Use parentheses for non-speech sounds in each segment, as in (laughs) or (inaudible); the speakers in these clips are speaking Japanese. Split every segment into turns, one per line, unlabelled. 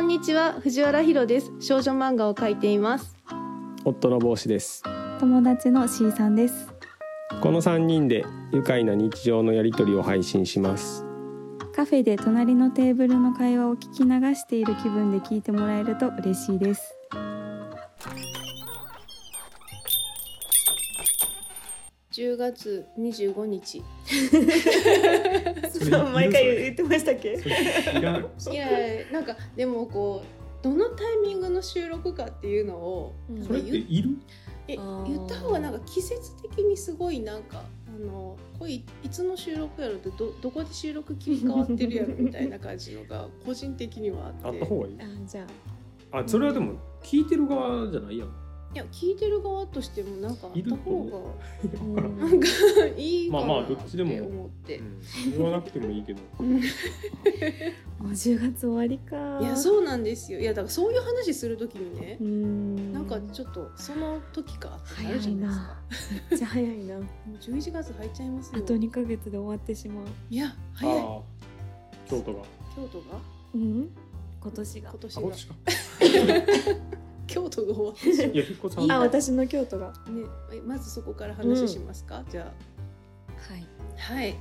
んにちは藤原ひろです少女漫画を描いています
夫の帽子です
友達の C さんです
この3人で愉快な日常のやりとりを配信します
カフェで隣のテーブルの会話を聞き流している気分で聞いてもらえると嬉しいです
10月25日
それ毎回言
ってましたっけ
いらん
いやなんかでもこうどのタイミングの収録かっていうのを、
うん
なん
そ
か
れって
言っ
いる
え
あー
言った方がなんか季節的にすごいなんかあのこれいいつの収録やろってどどこで収録切り替わってるやろみたいな感じの (laughs) が個人的にはあ
あ
っ
ってた方がいい
あじゃ
あそれはでも聞いてる側じゃないやん
いや聞いてる側としてもなんかあった
いると
方
あ、う
が
ん
なんか (laughs) いいかな
まあまあ
って
どっちでも
思って、
言わなくてもいいけど
うん
もう10月終わりか。
いやそうなんですよいやだからそういう話するときにね
う、ん。
なんかちょっとその時かってな
早
るじゃ
い
ないですか。
なめっちゃ早いな。
もう11月入っちゃいます
あ
よ
と2ヶ月で終わってしまう。
いや早い
ああ京都が
京都が
うん。今年が
今。年
あ
が
こっちか
京都が終わって
(laughs)
しまう
いや引っ越さ
いい
ん
な
あ、私の京都が。は
ね、えまずそこから話しますか、じゃ
い。
あはい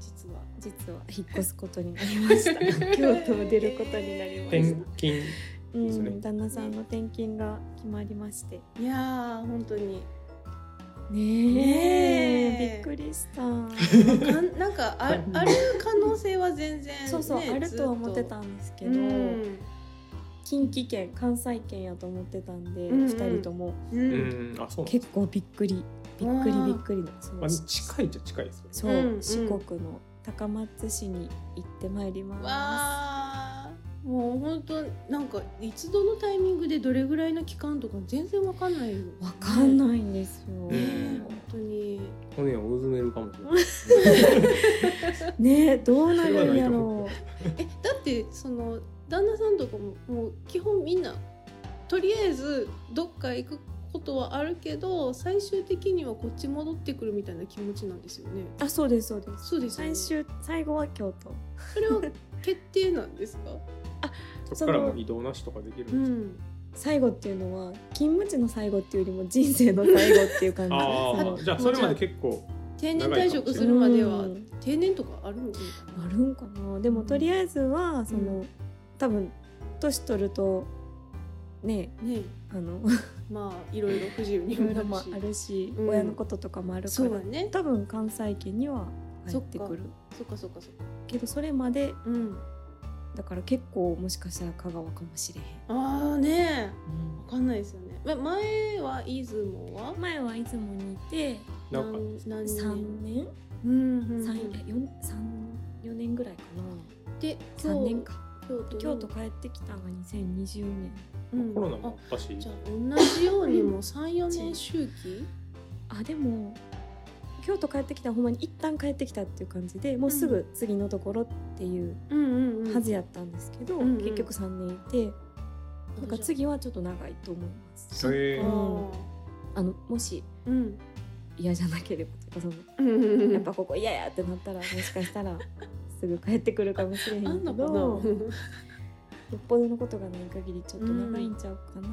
実は
実は引っ越すことになりました。京都を出ることになりま
転
した。
勤
う
ですね
ん。旦那さんの転勤が決まりまして。
いやー本当に
ね
ねえ
え。びっく
(laughs)
りした。
かん (laughs) なんかあある可能性は全然、ね、
そうそう、あるとは思ってた
ん
んですけ
け
ど、
うん
近畿圏関西圏やと思ってたんで、
うんうん
二人とも
う
うんんあそうなん
結構びっくりびっくりびっくりのそ
まあ
の
近いっちゃ近いですよね
そう、
うんうん
四国の高松市に行ってまいり
わ
ま
あもう本当なんかいつどのタイミングでどれぐらいの期間とか全然わかんないよ
す。わかん
い、
ないんですよ。
うん
ね、本当に
骨をうずめるかもしれない
ねえどうなるんやろ
(laughs)
う。
えだってその旦那さんとかももう基本みんなとりあえずどっか行くことはあるけど最終的にはこっち戻ってくるみたいな気持ちなんですよね。
あそうですそうです。
そうですよね
最終最後は京都。
それは決定なんですか
そっからもう移動なしとかできるんです
う
か
ん
最後っていうのは勤務地の最後っていうよりも人生の最後っていう感じです。
ああじゃあそれまで結構
定年退職するまでは
うん
定年とかあるのか
あるんかなでもとりあえずはその、
う
多分年取るとね
なね
あの
まあいろいろ不自由
い
に
ろ
も
い
な
ろ
る
も
し
あるし、
うん
親のこととかもあるか
そう
ら、
だね
多分関西圏には入ってくる
そっかそっかそっか
けどそれまで
うん
だから結構もしかしたら香川かもしれへん
ああねえわかんないですよねま前は出雲は
前はいつもにいて
なんか
何人
3年
うんうんうん
三4三四年ぐらいかな
で
3年か
京都
京都帰ってきたのが2020年
うん
コロナも
あ
あったし
じゃあ同じようにもう34年周期
あでも京都帰ってきたらほんまに一旦帰ってきたっていう感じでもうすぐ次のところっていう
うんうん
はずやったんですけど、
うんうん
結局3年いて、なんか次はちょっと長いと思います。
へえ
あー
あのもし
うん
嫌じゃなければというかその
うんうんうん
やっぱここ嫌やってなったらもし
(laughs)
かしたらすぐ帰ってくるかもしれへんけ
あ
ど
んのかな
よっぽどのことがない限りちょっと長いんちゃうかなっ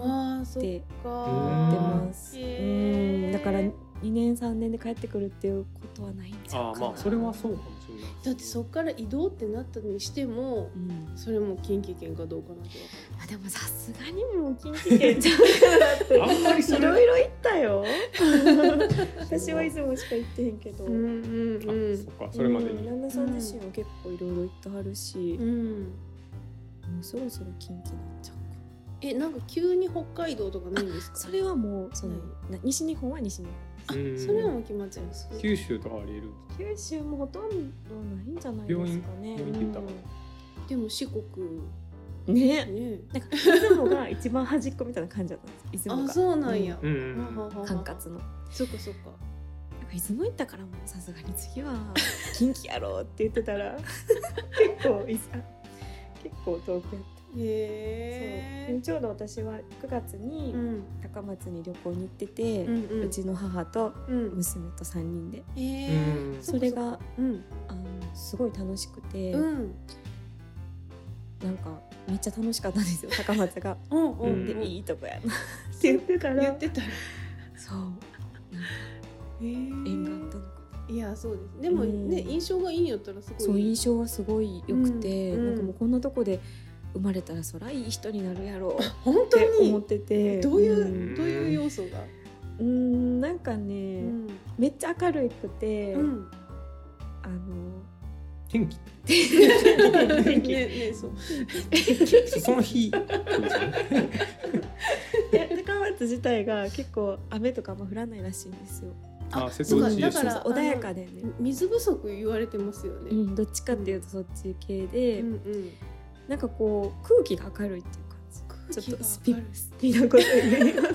あーそってか
思
思って
ー
ます。
へー
うんだから2年3年で帰ってくるっていうことはないんちゃ
あ
う
あ
かな。
まあそれはそうかもしれない
だってそっから移動ってなったにしても
うん
それも近畿圏かどうかなと
あでもさすがにもう近畿圏ちゃうかなっ
あんまり
て
そ
い
れ
ろいろ行ったよ私はいつもしか行ってへんけど、
ん
あそっかそれまで
うん
に
旦那さん自身も結構いろいろ行ってはるし、
うん
もうそろそろ近畿なんちゃうかな
えなんか急に北海道とかないんですか
それはもうその、な西日本は西日本
あ
うん
それはもう決まっちゃいます
九州とかありえる
九州もほとんどないんじゃないですか
病
ね
院病院って言ったか
でも四国
うんね
ね
なんか出雲が一番端っこみたいな感じだったんです出雲
あ
が
そうなんや、
うんう
ははは
ん
は
管轄の
そっかそっか
なんか出雲行ったからもうさすがに次は (laughs) 近畿やろうって言ってた (laughs) ら結構いさ結構遠くやった、
へ
そう
え
ちょうど私は9月に
うん
高松に旅行に行ってて、
う
うん
うん
ちの母と
うん
娘と3人で
へ
う
え
ん
それが
うん
あのすごい楽しくて、
うん
なんかめっちゃ楽しかったん (laughs) ですよ高松が。
うんうん
うん
で
で
いい
いいとこやなって言ってたら
言ってたら
(laughs) そう縁があっ
縁
たのかな。
いやそうですでもね、
うん
印象がいいんやったらすごい
そう印象はすごい良くて、
うん
なんかもうこんなとこで生まれたらそらいい人になるやろうっ
本当
て思っ
に
てて
どういう、
ん
どういう要素が、
うんうんなんかね、
うん
めっちゃ明るくて、
うん
あの
天気
ね
天気
ねそう
その日そうですよね
いや高松自体が結構雨とかも降らないらしいんですよ。
あ瀬
そ
戸
うか
内で
だ
す
から
そうそう穏やかだよね。
水不足言われてますよね、
うん、どっちかっていうとそっち系で、
うんうん
なんかこう空気が明るいっていう感
空
じち
気
ょっと
が
スピ
明るい
スピなこと言います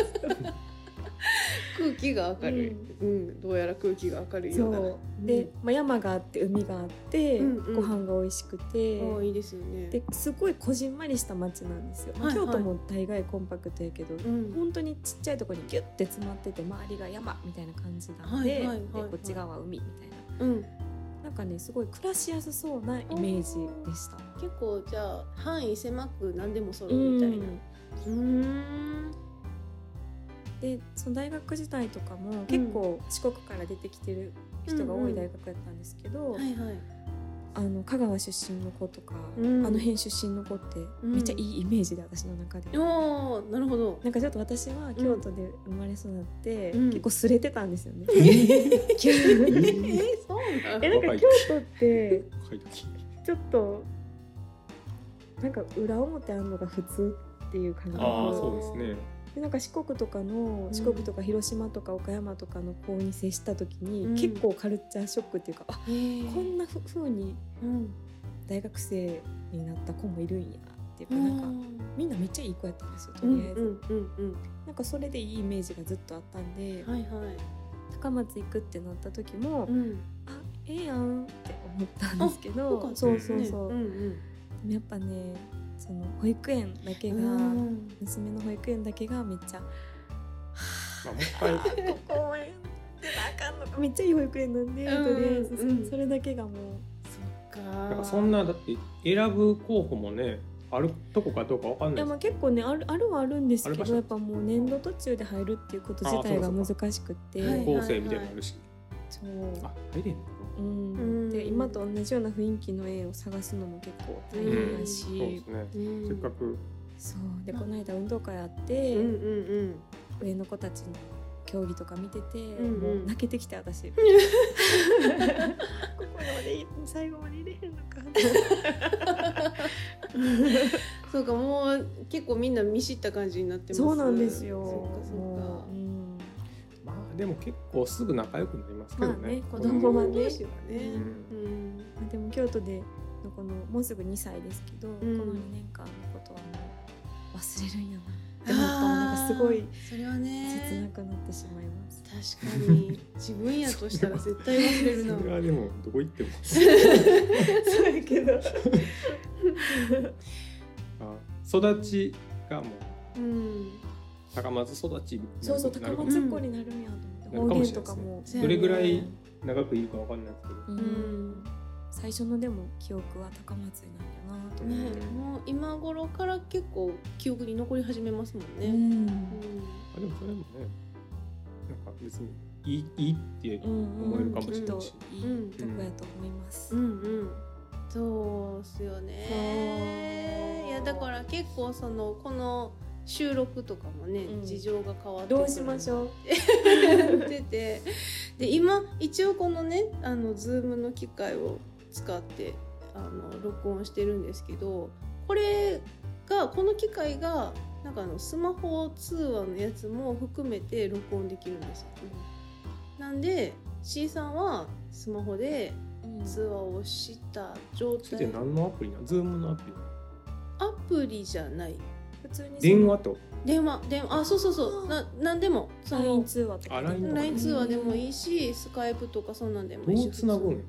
空気が明るい、うんどうやら空気が明るい
そ
ようだな
うで、まあ、山があって海があって、
うんうん
ご飯が美味しくて、
ああいいですよね
ですごいこじんまりした町なんですよ、まあ
はいはい
京都も大概コンパクトやけど、
うん
本当にちっちゃいところにギュッて詰まってて周りが山みたいな感じなん
はい
で,、
はいはいはい
でこっち側は海みたいな
うん、
なんかねすごい暮らしやすそうなイメージでした。
結構じゃあ範囲狭く何でも揃うみ
み
た
た
い
い
な
な
うん
でその大学時代とかも結構四国から出てきてる人が多い大学だったんですけど、
はいはい
あの香川出身の子とか、
うん
あの辺出身の子って
ん
めっちゃいいイメージで私の中で、
おーなるほど
なんかちょっと私は京都で生まれ育って、
うん
結構すれてたんですよ
(laughs)
ね。急
え
に
(laughs) そうな
え
の
なんか京都って
若い時
ちょっとなんか裏表あんのが普通っていう感じ
ああそうですね
でなんか四国とかの
うん
四国とか広島とか岡山とかの子に接した時に、
うん
結構カルチャーショックっていうか、あこんなふうに
うん
大学生になった子もいるんやっていうか、
な
なんん
か
かみんなめっちゃいい子やったんですよと
う
り
ん
あえず、
うんうんうん
なんかそれでいいイメージがずっとあったんで、
はいはい
高松行くってなった時も、
ん
あええやんって思ったんですけ
あ
ど
よかった
そうそう
ね
そう、
ん
でもやっぱねその保育園だけ
う
が、
ん
娘の保育園だけがめっちゃ
まあもう一回
ここ応援でなあかんのかめっちゃいい保育園なんで、
うん
とりあえずそ,、
うん
れだけがもう
か
なんかそんなだって選ぶ候補もねあるとこかどうかわかん
い
ない
や
で
ますあ結構ねあるあるはあるんです
ある
け
場
ど
所
やっぱもう年度途中で入るっていうこと自体
あ
が
そうかそう
難しくって
はい
高校生みたいなのあるし、
そう、
あ入れんの
うん
うん
で今と同じような雰囲気の園を探すのも結構大変やし、
そうですね
うん
せっかく
そうでこの間運動会あって、
うんうん
上の子たちの競技とか見てて、
んうん (laughs)
もう泣けてきて私 (laughs) ここまでい (laughs) 最後まで入れへんのか
そうかもう結構みんな見知った感じになってます
そうなんですよ。
そっか
もう
そ
うん
まあでも結構すぐ仲良くなりますけどね,、
まあね
っか
子供はね
同士はね
うん
うん
まあでも京都でのこのもうすぐ2歳ですけど、
ん
この2年間のことはもう忘れるんやなって思ったらなん
あ
か
ー
すごい
それは
切な
ね
くなってしまいます。
確かに自分やとしたら絶対忘れる
(laughs)
な
それはでもどこ行っても
そうやけど、
あ育ちがもう
うん
高松育ちになる
そうそう
な
高
るかも
松っ子になるんやと思って、方言とかも。
な
どれぐら
う
い
ん
長くいるかわかんないですけど、
う
うん
ん最初のでも記憶は高松になるんやなと思
ね
って。
もう今頃から結構記憶に残り始めますもん
う
ね、
ん
あでもそれもねなんか別にいいいいっていう
うん
思えるかもしれ
きっ
ない
と
し、
いいとこやと思います。
うんうんそうっすよね
そう
いやだから結構そのこの収録とかもね、
うん
事情が変わって
どうしまし
ょ
ょう。
うててで今一応このねあのズームの機械を使ってあの録音してるんですけどこれがこの機械がなんかあのスマホ通話のやつも含めて録音できるんですよ、なんで C さんはスマホで通話をした状
それ
態
って何のアプリなズームのアプリ
アプリじゃない
普通に
電話と
電話電話あそうそうそうな何でもそ
ライン
の
通話とか
あ LINE とか
LINE 通話でもい
い
いしスカイプとかそんなんでもいい
ど
し
うつなぐんやろ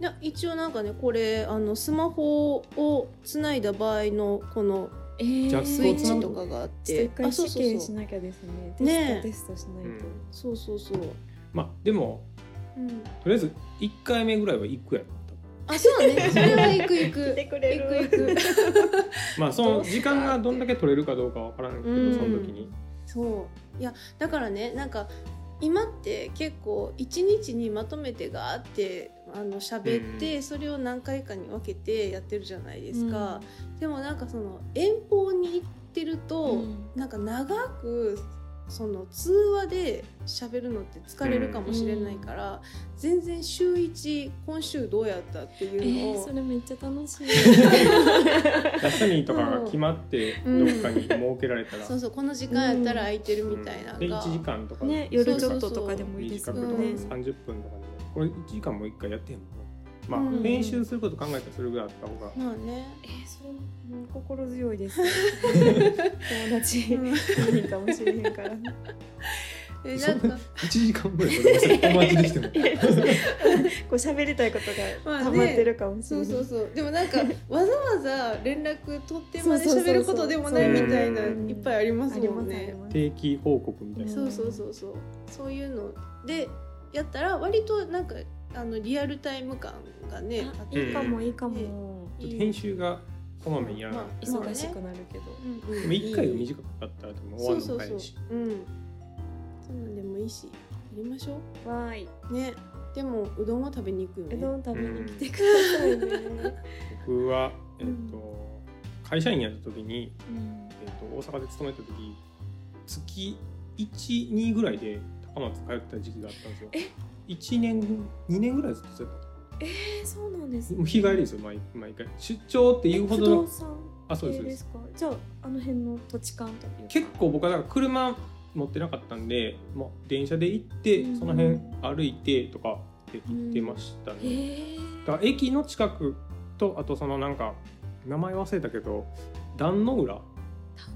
いや一応なんかねこれあのスマホをつないだ場合のこの
えー
じゃあ
スイッチとかがあっ
ちょってと
あ
一回
そう
試
そう
験し
そう
なきゃですね
ねえ
テストテストしないうと、
ん
そうそうそう
まあでも
うん
とりあえず1回目ぐらいは行くやろ
あそうねそれは行く行
(laughs)
来
く
てくれ
行
る
く行く
まあその時間がどんだけ取れるかどうかわからないけど、
うん
その時に
そういやだからねなんか今って結構一日にまとめてガーってあの喋って、
う
それを何回かに分けてやってるじゃないですか、でもなんかその遠方に行ってると、
うん
なんか長くその通話で喋るのって疲れるかもしれないから、全然週1今週どうやったって
え
いうの
ー、
を、
それめっちゃ楽しい
休みとかが決まって
うん
どっかに設けられたら、
そうそうこの時間やったら空いてる
うん
みたいなの
で
が、
1時間とか、
ね夜ちょっととかでもいいです
短
よ
く
そうそ
と
うそ
か
う
ね
30分とかでもこれ1時間もう一回やってへんもんねまあ、
うん
練習すること考えたらそれぐらいあった方が
まあね、
えー、それも心強いです (laughs) 友達
うん
いいかもしれへんから
えなんか
1時間ぐらいこれ忘れて友達でき
(laughs)
ても
こう喋りたいこと
まあね
が溜まってるかもし
そ
れな
う
い、
そうそうでもなん
(laughs)
かわざわざ連絡取ってまで喋ることでもないみたいな
そうそうそう
そう
いっぱいあります
あり
も
ま
ん
すあり
ね。
ます
定期報告みたいな、
そうそうそうそうそういうのでやったら割となんかあのリアルタイム感がねあっ
あ
て
いいかもいいかも、
いい
編集がこまめにやらない、
まあ
忙しくなるけど、
うんうん
でも1回が短かったらでも終
そ
わ
う
る
そうそ
のも
う
早いし
うんそんなんでもいいしやりましょ
わーいう
ねでもうどんは食べに行くよ
うど
ね
ん食べに来てくださいね、
僕は、えっ
うん
と会社員やった時に、
うん
えっと大阪で勤めた時月12ぐらいで高松通ってた時期があったんですよ
え
1年2年ぐらいずっとそうやっ
えー、そうなんです
た
ね、
もう日帰りですよ毎毎回出張っていうほど
不動
の
産
あそうですそう
系で
です
すかじゃああの辺の土地勘というか
結構僕はだから車持ってなかったんで、まあ、電車で行って
うん
その辺歩いてとかで行ってましたね、
へえ
だから駅の近くとあとそのなんか名前忘れたけど壇の浦
壇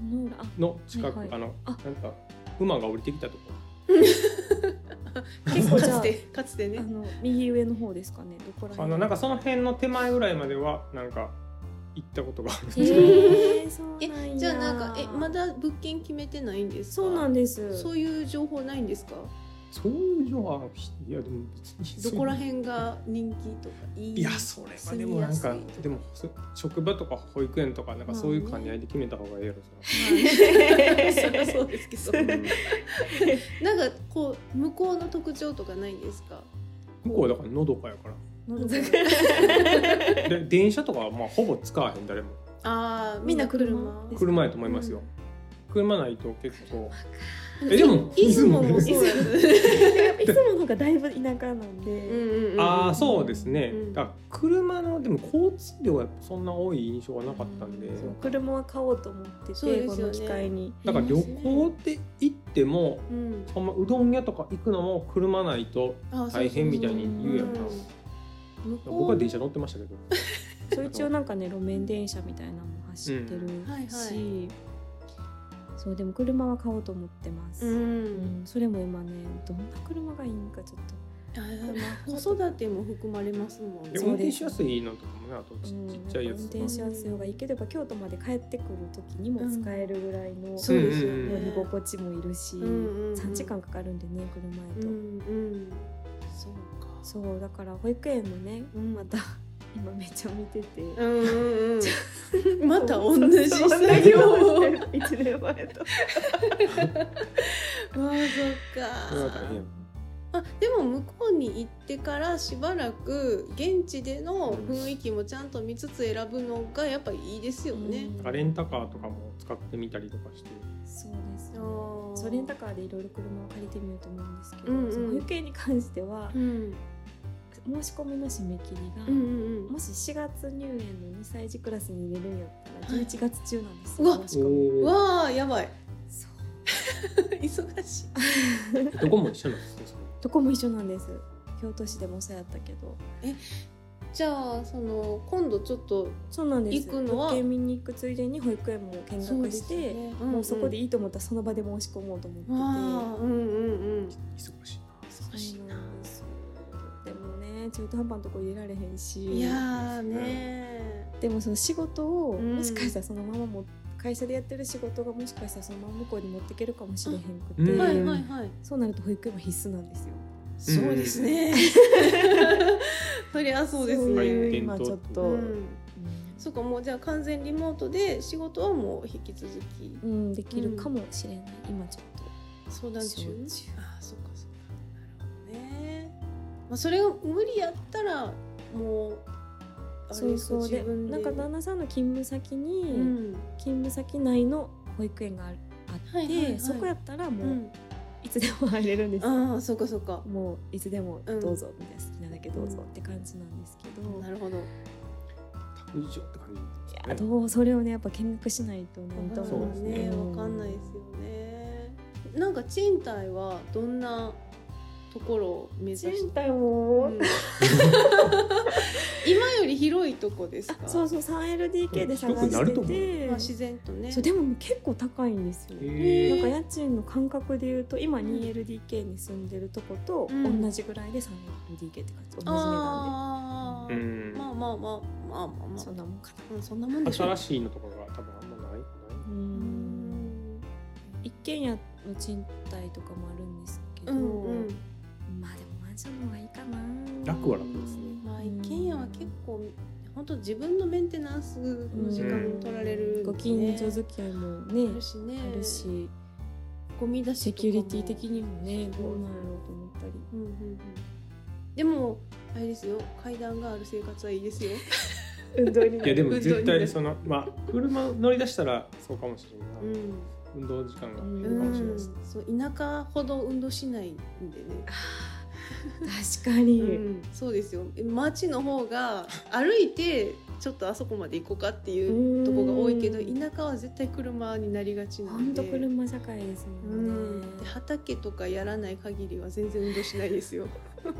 ノ浦あ
の近く、
はいは
あ
い
の
あ
なんか馬が降りてきたとこ
結構
か
じゃあ
つてかつて
あ
ね
の右上の方ですかねどこら
あ
辺
のなんかその辺の手前ぐらいまではなんか行ったことがあるんです
へ
けど、
えそう
え
なんや
じゃあなんかえまだ物件決めてないんですか
そうなんです
そういう情報ないんですか
(laughs) そういうのはいやでも別に
どこら辺が人気とかいい
いやそれはでもなんか
住みやすいと
でもそ職場とか保育園とかなんかそういう兼ね合いで決めた方がいいやろ
(laughs) そりゃ
(laughs)
そうですけど
(laughs) それは
なんかこう向こうの特徴とかないんですか
うん向こうはだからのどかやから
(laughs)
で電車とかはまあほぼ使わへん誰も
ああ
みんな車ですか
車やと思いますよ、車ないと結構
え
えでも
出雲も
出
そ
雲
う
ね
やね
いつもの方がだいぶ田舎なん
う
で、
んうんうん
ああそうですね、
うん
だから車のでも交通量はそんな多い印象はなかったんで、
そう車は買おうと思って
そう
て、
ですよ
こ
ね
の機会に
だから旅行で行っても
うん
ほんまうどん屋とか行くのも車ないと
あー
大変みたいに言うやんか
そうそうそう向こう
僕は電車乗ってましたけど
それ一応なんかね路面電車みたいなのも走ってるし、
んはいは
そうでも車は買おうと思ってます、
う
うんんそれも今ねどんな車がいいのかちょっと
あーまあ子育ても含まれますもんね
で
そう
運転
です
しやすいのとかもねあとち,、
うん
ちっちゃいや
運
つと
転
か
しやすい方がいいけどやっぱ京都まで帰ってくる時にも使えるぐらいの乗
そうですよね
うん
り心地もいるし、
うんうんうん
3時間かかるんでね車や
う
と、
んうんそうか
そうだから保育園もね、
うん
また今めっちゃ見てて、
うんうんうんまた同じ
そう
作
同じ
業
を
を
してる (laughs) 一年前と
まあそっか
それは大変やん
あでも向こうに行ってからしばらく現地での雰囲気もちゃんと見つつ選ぶのがやっぱいいですよね。
だからレンタカーとかも使ってみたりとかして
そうですね
あー
そうレンタカーでいろいろ車を借りてみようと思うんですけど、
うんうん
その保育園に関しては
うん
申し込みの締め切りが、
うんうんうん
もし4月入園の2歳児クラスに入れるんやった
は
ら
い
11月中なんです
うわ
よ、申し込み
おー
わあやばい
そう
忙しい。
どこも一緒なんですねそれ
どこも一緒なんです京都市でもそうやったけど
じゃあその今度ちょっと
そうなんです
行くのは
物件見に行くついでに保育園も見学
で
し
す
て
ね
もうそこで
い
いいと思ったらその場で申し込もうと思ってて、
ああうんうんうん。
忙しいな
忙しい
そう
な。
なんですでもね中途半端なとこ入れられへんし
いやーね
でもその仕事を、
うん
もしかしたらそのままも会社でやってる仕事がもしかしたらそのまま向こうに持っていけるかもしれへんくて、
うん
はいはいはい。
そうなると保育園は必須なんですよ。
そうですね。そりゃそうです
そ
ね、
ういう
はい
今ちょっと、
う
うん
ん、そっかもうじゃあ完全リモートで仕事はもう引き続き
うんできるかもしれない、今ちょっと
相談中
承知
ああそっかそっかなるほどね、まあ、それが無理やったらもうあれ
そう
ですか
そう
自
で
分で
なんか旦那さんの勤務先に、
うん
勤務先内の保育園があるあって、
はいはいはい
そこやったらも
う
う、
ん、
いつでも入れるんですよ
ああそっかそっか
もういつでも
うん
どうぞみたいな好きなだけどうぞって感じなんですけど、
なるほど
託児所って感じ
い
ね
やどうそれをねやっぱ見学しないとなんと
そう
も
です
ね
ね
わかんないですよねなんか賃貸はどんなところを目指して
賃貸も、
うん (laughs) 今より広いとこですか
そうそう 3LDK で探
広くなると
して
思
て、
まあ、自然とね
そうでも結構高いんですよ、
へ
なん
ー
か家賃の感覚でいうと今 2LDK に住んでるとこと
うん
同じぐらいで 3LDK って感じ同じ値段
あ
う
ー
ん
まあまあまあまあまあ
で
ま
そんなもんかな
あ、うん、そんなもんでしょう
新しいのとかが多分あんまないな
う
う
んん
一軒家の賃貸とかもあるんですけど、
うんうん
まあでもマンションの方がいいかな
楽は楽ですね
まあ一軒家は結構本当自分のメンテナンスの時間も取られる、ね
ご近所付き合いもね
あるしね
あるし
ゴミ出し
セ
とか
キ
も
ュリティ的にもね
そう
どうなんやろうと思ったり
うんうんうんでもあれですよ階段がある生活はいいですよ
運動に
いやで
運
も
動に
絶対そのまあ車乗り出したらそうかもしれな
う
い
ん
な、運動時間が
うん
減るかもしれない
うん
です、
そう田舎ほど運動しないんでね
確かに、
うん、そうですよ町の方が歩いてちょっとあそこまで行こうかっていうとこが多いけど
うん
田舎は絶対車になりがちな
ほ
ん
ん
で
と車社会です
う
も
ん
ね
ん、で畑とかやらない限りは全然運動しないですよ、
あ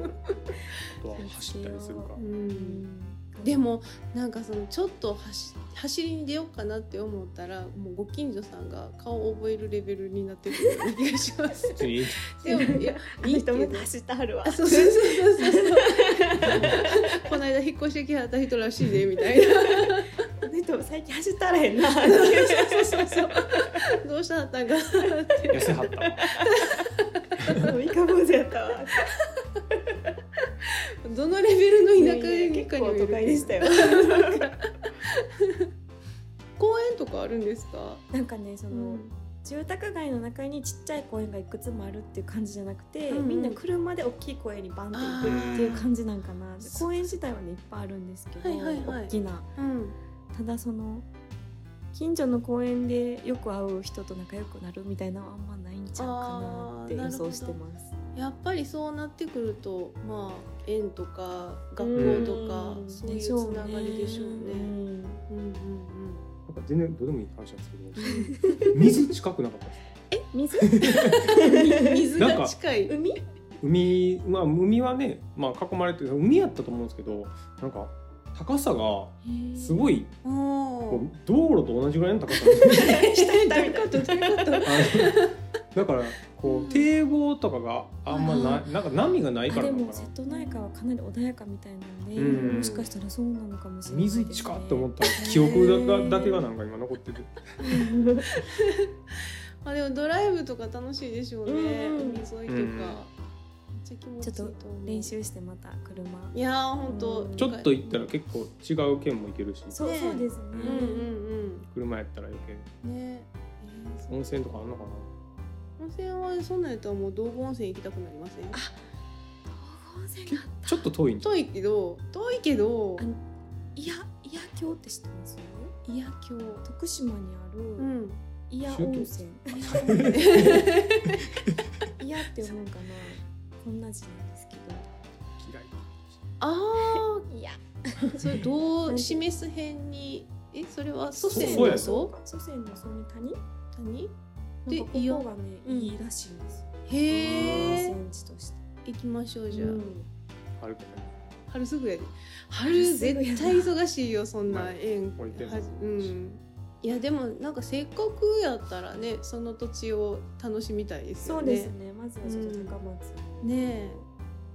とは走ったりするか
う
うん、でもなんかそのちょっと走走りに出ようかなって思ったらもうご近所さんが顔を覚えるレベルになってくるような気がします (laughs)
普通に
でもいやいいけど
走ってはるわ
あそうそうそうそうそうこの間引っ越してきはった人らしいでみたいな (laughs)
この人最近走ったらへ (laughs) んな
そうそう
(laughs)
そうそう。どうしたんだかなって。
痩せはったわ
三日坊主やったわ
どのレベルの田舎に
結
かにも
構
よる
都会でしたよ
公園とかあるんですか？
(laughs) なんかねその、
うん
住宅街の中にちっちゃい公園がいくつもあるっていう感じじゃなくて、
うんうん
みんな車で大きい公園にバンって行くっていう感じなんかなで公園自体はねいっぱいあるんですけど、
はいはいはい
大きな
うん。
ただその近所の公園でよく会う人と仲良くなるみたいなのはあんまないんちゃうかなって
あーな
予
るほど
想してます。
やっぱりそうなってくると、まあ園とか学校とか
うん
そういうつながりでしょうね。うんう
うん
んうん。
なんか全然どうでもいい話なんですけ
(laughs)
ど水近くなかったです
水 (laughs)
水
なん
が
か
近い。
海
海まあ海はね、まあ、囲まれてる海やったと思うんですけどなんか高さがすごい
お
こ
お
う。道路と同じぐらいの高さなんですよ
(laughs) どういうことどういうこと？
あのだからこう堤防とかがあんまないなんか波がない
あ
から
で
なの
も
か
瀬
な
戸内海はかなり穏やかみたいなので、
うん
もしかしたらそうなのかもしれないです、ね、
水近って思った記憶だがだけがなんか今残ってる
まあでもドライブとか楽しいでしょうね。
うんうん
海沿いとか。め
うん
っちゃ気持ちいいと
ちょっ
思
と
う。
(laughs) 練習してまた車
いやー本当
うん
ちょっと行ったら結構違う県も行けるし
そう
ね
そうですね、
うんうん
車やったら余計
うんねえーそう
温泉とかあんのかな
温泉はそんなんやったらもう道後温泉行きたくなりません
温泉が
ちょっと遠いんじゃ
遠いけど遠いけど
あの伊谷伊谷峡って知ってます
伊谷峡
徳島にあ
う
る
ん
伊谷温泉 (laughs) 伊谷って読むんかなこんな字なんですけど
嫌い
あ
いや
あそれどう示す辺にえそれは祖先
そうや
の
ね
祖
祖先のその谷
谷
で
で
ここ
伊
がね
うん
いいらしいんです温
へえ
泉地として
行きましょうじゃあ、
うん
あるから
春すぐやで春絶対忙しいよそんな縁
置いてる
はうんいやでもなんかせっかくやったらねその土地を楽しみたいです
そ
よ
う
ね
ですねまずはちょっと高松
ね
に
え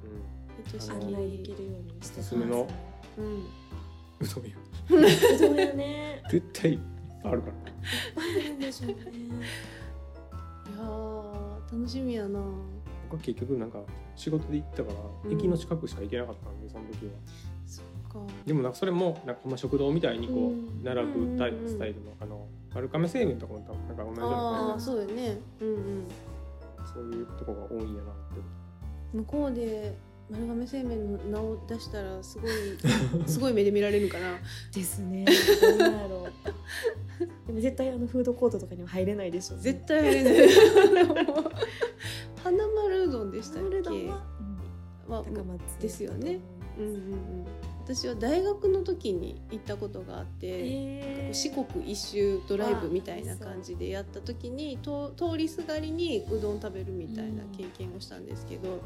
うん
愛しき
あの
案内できるようにして
おすすめの
うん
うどん屋
そうやね
絶対いっぱいあるから
いっぱいあるんでしょうね
いやー楽しみやな。
う僕は結局なんか仕事で行ったか
う
ら
ん
駅の近くしか行けなかったんで、その時は
そっか
でもなんかそれもなんかほんま食堂みたいにこう、
うん
並ぶタイ
うんうんうん
スタイルのあの丸亀製麺とかも多分なんか同じよ
あ
うな
あそうだよねうんうん
感じそういうとこが多いんやなって
向こうで丸亀製麺の名を出したらすごい
(laughs)
(laughs) すごい目で見られるかな
(laughs) ですね。どうなんやろう (laughs) でも絶対あのフードコートとかには入れないでしょうね、
絶対入れない (laughs) 花丸うどんでしたっ
丸
け
玉は
は
高松
ですよね。う
うん
うん
ん。
うん私は大学の時に行ったことがあって、
えー
四国一周ドライブみたいな感じでやった時にと通りすがりにうどん食べるみたいな経験をしたんですけど、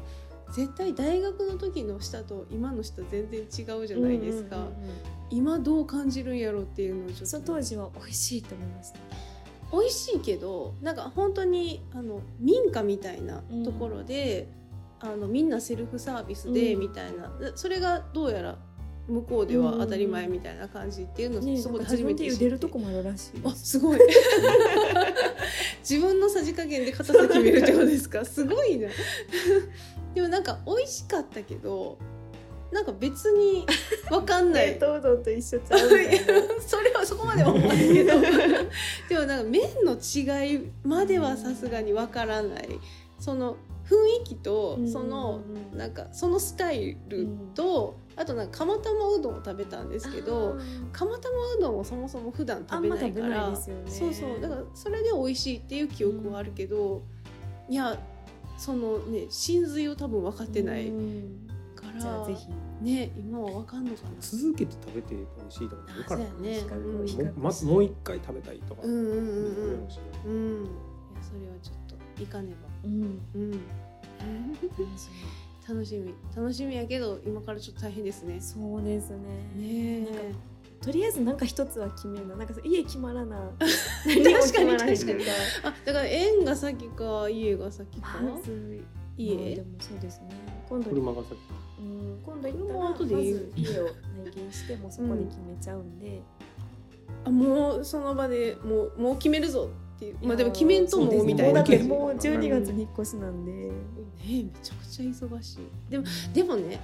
絶対大学の時の舌と今の舌全然違うじゃないですか、
うんうんうんうん
今どう感じるんやろうっていうのをちょっと
その当時は美味しいと思いました。
美味しいけどなんか本当にあの民家みたいなところで、あのみんなセルフサービスで
うん
みたいな、でそれがどうやら向こうでは当たり前みたいな感じっていうのを
ね、
そこで
なんか
初
自
め
分で
て
茹
知
で
っ
る
て
とこもあるらしいで
あ
す。
すごい自分のさじ加減で硬さ決めるってことですかすごいなでもなんか美味しかったけどなんか別に分かん
(laughs)
な
冷
い
凍うどんと一緒ちゃうみたいな。
それはそこまでは思わないけどでもなんか麺の違いまではさすがにわからないその雰囲気と (laughs) そのなんかそのスタイルとあとなんか釜玉うどんを食べたんですけど釜玉うどんをそもそも普段
あー
食
あん
べ
ま
ない
食べ
か
ない
ら
ですよね。
そうそうだからそれで美味しいっていう記憶はあるけどいやそのね真髄を多分分かってない
うん
か
じゃ
ら
あぜひ。
ね今は分かんのかな
続けて食べて美味しいとかもるから
あそうやね
確かに
うん
もうまずもう一回食べたいとか、
うんうんうんうん
思うし
うん、いやそれはちょっといかねば。
うん。
うん、楽しみ楽しみやけど今からちょっと大変ですね。
そうですね。
ね
なん
え
かとりあえずなんか一つは決めるな。なんか家決まらな。
(laughs) 確かに確か
に。
あだから縁が先か家が先か、
まず
家、
まあでもそうですね。今度
車が先
うん今度行ったら
車は
ま
後でいい
ず家を内見してもうそこで決めちゃうんで。
あもうその場でもうもう決めるぞっていう
いやー
まあでも決めんと
そうです
も
ね
みたい
だ
な
っ
ね
て
も
もう12月に引っ越しなんで。
えめちゃくちゃ忙しい。でもでもね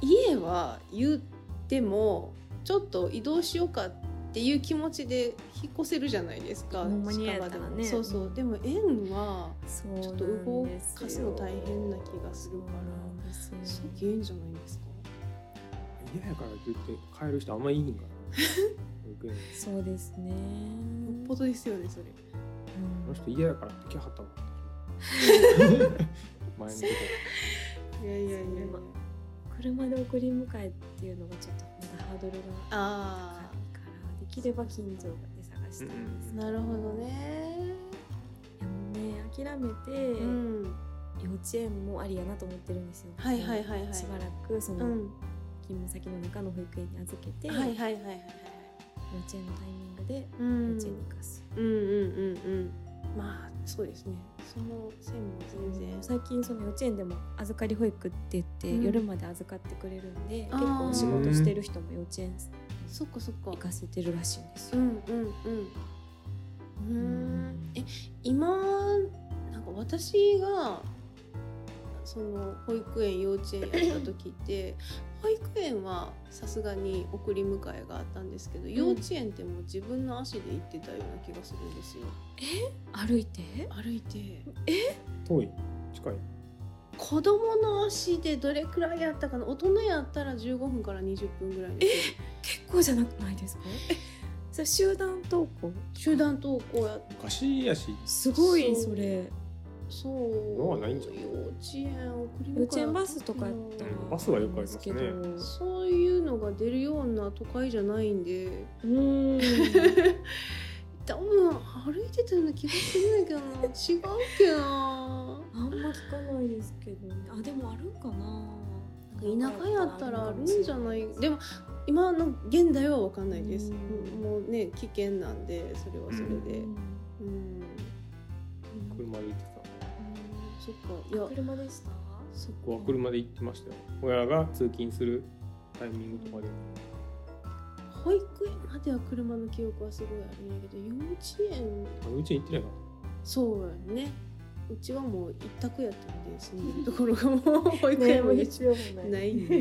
家は言ってもちょっと移動しようかっていう気持ちで引っ越せるじゃないですか
ほんまにやったら
近場で
ね
もそうそうでも縁は
そう
ちょっと動かすの大変な気がするから
なんですよ
すげえんじゃないですか
嫌やからって言って帰る人あんまいいん
(laughs)
かな行くんや
そうですね。
よっぽどですよねそれ
あの
う
人嫌やからって来はったもん
(laughs)
前のとこ
いやいやいやいや
そうん車で送り迎えっていうのがちょっとまだハードルが高
あ
いからできれば近所で探したいんです
あ
けど
なるほどね
いやもうね諦めて、
うん
幼稚園もありやなと思ってるんですよ
はいはいはいはい
しばらくそうの
ん
勤務先の中の保育園に預けて、
はいはいは
幼
いはいはい
稚園のタイミングで
う
幼
ん
稚園に行かす、
うんうんうんうんまあそうですねその線も全然
最近その幼稚園でも預かり保育って言って、
うん
夜まで預かってくれるんで
あ
結
ー
構仕事してる人も幼稚園
そっかそっ
行
か
かせてるらしいんです
う
よ、
んうんうんうーんえ今なんか私がその保育園幼稚園やった時って (laughs) 保育園はさすがに送り迎えがあったんですけど幼稚園ってもう自分の足で行ってたような気がするんですよ
歩いて
歩いて
遠い近い
子供の足でどれくらいやったかな大人やったら15分から20分ぐらいの距離
結構じゃなくないですかそれ集団登校
集団登校や
昔やし
すごい
そう
それ
そう
のはないんじゃない
幼稚園送り迎え
幼稚園バスとかやっ
あった
た
からな
バスはよくありますね
けどう
そういうのが出るような都会じゃないんで (laughs)
ーん
多分歩いてたような気がするんだけどな違うっけな
あんま聞かないですけど、ね、あでもあるんかな
なんか田舎やったらあるんじゃないで
も
も今の現代は分かんないです
うん
もうね危険なんでそれはそれで
うん
うん、
車で行って
そっかい
あ
や
車でした
そ
た
っ
は
か
車で行ってましたよ親が通勤するタイミングとかで
保育園までは車の記憶はすごいあるんやけど幼稚園
あのうちに行ってないか
そうやねうちはもう一択やったんで住んでるところが (laughs) もう保育
ね
園
も
も
う
一
必要もない
ないんで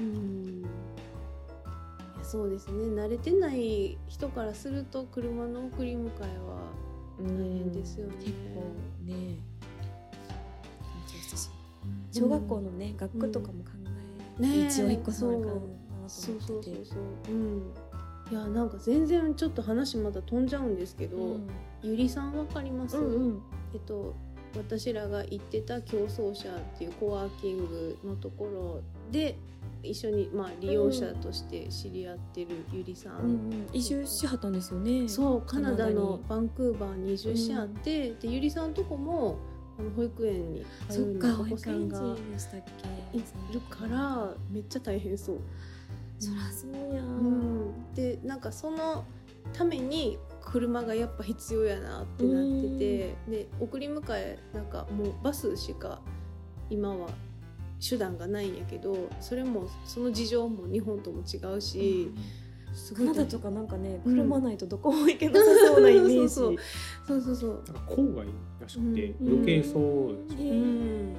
うんいやそうですね慣れてない人からすると車の送り迎えは
うん
大変ですよね
結構ね緊張してしまう小学校のね、学区とかも考え、
ねえ
一応一個そうかなと
そう
思
そう
って
そ
て
うそううんいやなんか全然ちょっと話また飛んじゃうんですけど、
うん
ゆりさんわかります、
うん
えっと私らが行ってた競争者っていうコワーキングのところで一緒に、まあ、利用者として知り合ってるゆりさ
うんん移住しはったんですよね
そうカナダ
カナダ
の
に
バンクーバーに移住しあって、でゆりさんとこもあの保育園に通
そう
よ
っ
う
か
な
保
お子
育
さ
園
ん
児
が
でしたっけ
いるからめっちゃ大変そう。
そらそうや、
うん、でなんかそのために車がやっぱ必要やなってなっててで送り迎えなんかもうバスしか今は手段がないんやけどそれもその事情も日本とも違うし、す
カ
ごい
ナダ
大変
とかなんかね
うん
車ないとどこも行けなさそうなイメー
(laughs)
ジ
そうそうそうそう
なんか郊外らしくて、
うん
余計そうですよね、
うん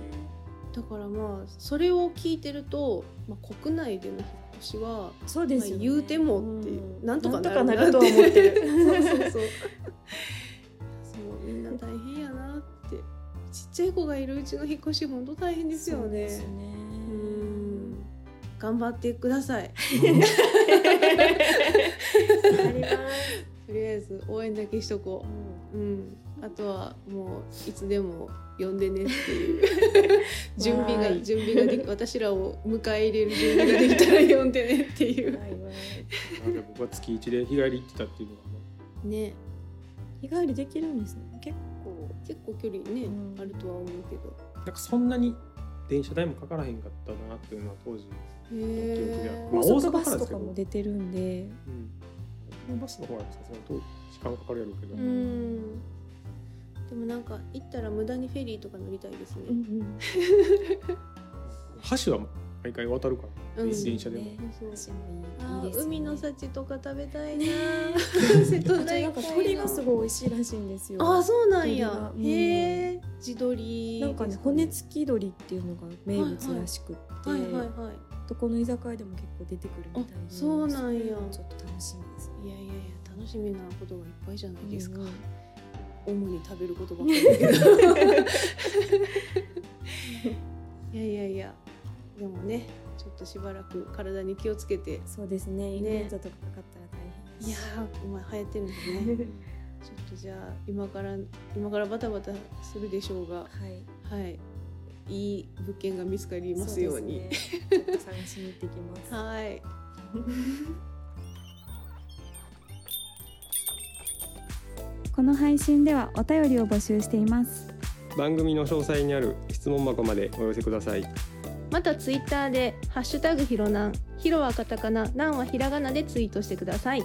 だからまあそれを聞いてると、まあ、国内での引っ越しは
そうですよ、ね
まあ言うてもって
うん
なんとかなる
なんとかなるとは思って
(laughs)
る
そうそうそうそうみんな大変やなってちっちゃい子がいるうちの引っ越し本当大変ですよ
そう
ね
ですね
うん頑張ってください
あります
とりあえず応援だけしとこううんあとはもういつでも呼んでねっていう (laughs) 準備
わー
が (laughs)
い
準備ができ私らを迎え入れる準備ができたら呼んでねってい
う
(laughs)
ん
う
はいはい
なんか僕は月一で日帰り行ってたっていうのがも
ね
日帰りできるんですね結
こう結構距離ね、
うん
あるとは思うけど
うなんかそんなに電車代もかからへんかったなっていうのは当時、
へ
ま
構
え
あ大
高速
阪から
バ
ですけど
スとかも出てるんで
うん、このバスの方はさすがにと時間かかるやろうけど、
う
うんでもなんか行ったら無駄にフェリーとか乗りたいですね、
うん
橋は毎回渡る
(laughs)
から、
うん
電車でも、
ね
そう
私も
あー
いいいいですね
海の幸とか食べたいな (laughs) 瀬
あ
戸
と
内海
なん
の
か鳥がすごい美味しいらしいんですよ
あーそうなんや、
鳥が
へえ地鶏
なんかね
です
骨付き鳥っていうのが名物らしくって、
はいはいは
どこの居酒屋でも結構出てくるみたいで
あそうなんや
れもちょっと楽しみですね
いいやいやいや楽しみなことがいっぱいじゃないですか、
うん
主に食べることばっかりだけ (laughs) どいやいやいやでもねちょっとしばらく体に気をつけて
そうですねインフルエンザとかかかったら大変
いやーお前流行ってるんだ (laughs) ねちょっとじゃあ今から今からバタバタするでしょうが
はい
はいいい物件が見つかりますように
そうですねちょっと探しに行ってきます
はい
この配信ではお便りを募集しています
番組の詳細にある質問箱までお寄せください
またツイッターで「ハッシュタグひろなん」「ひろはカタカナ」「なん」はひらがなでツイートしてください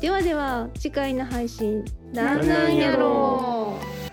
ではでは次回の配信「なんなんやろう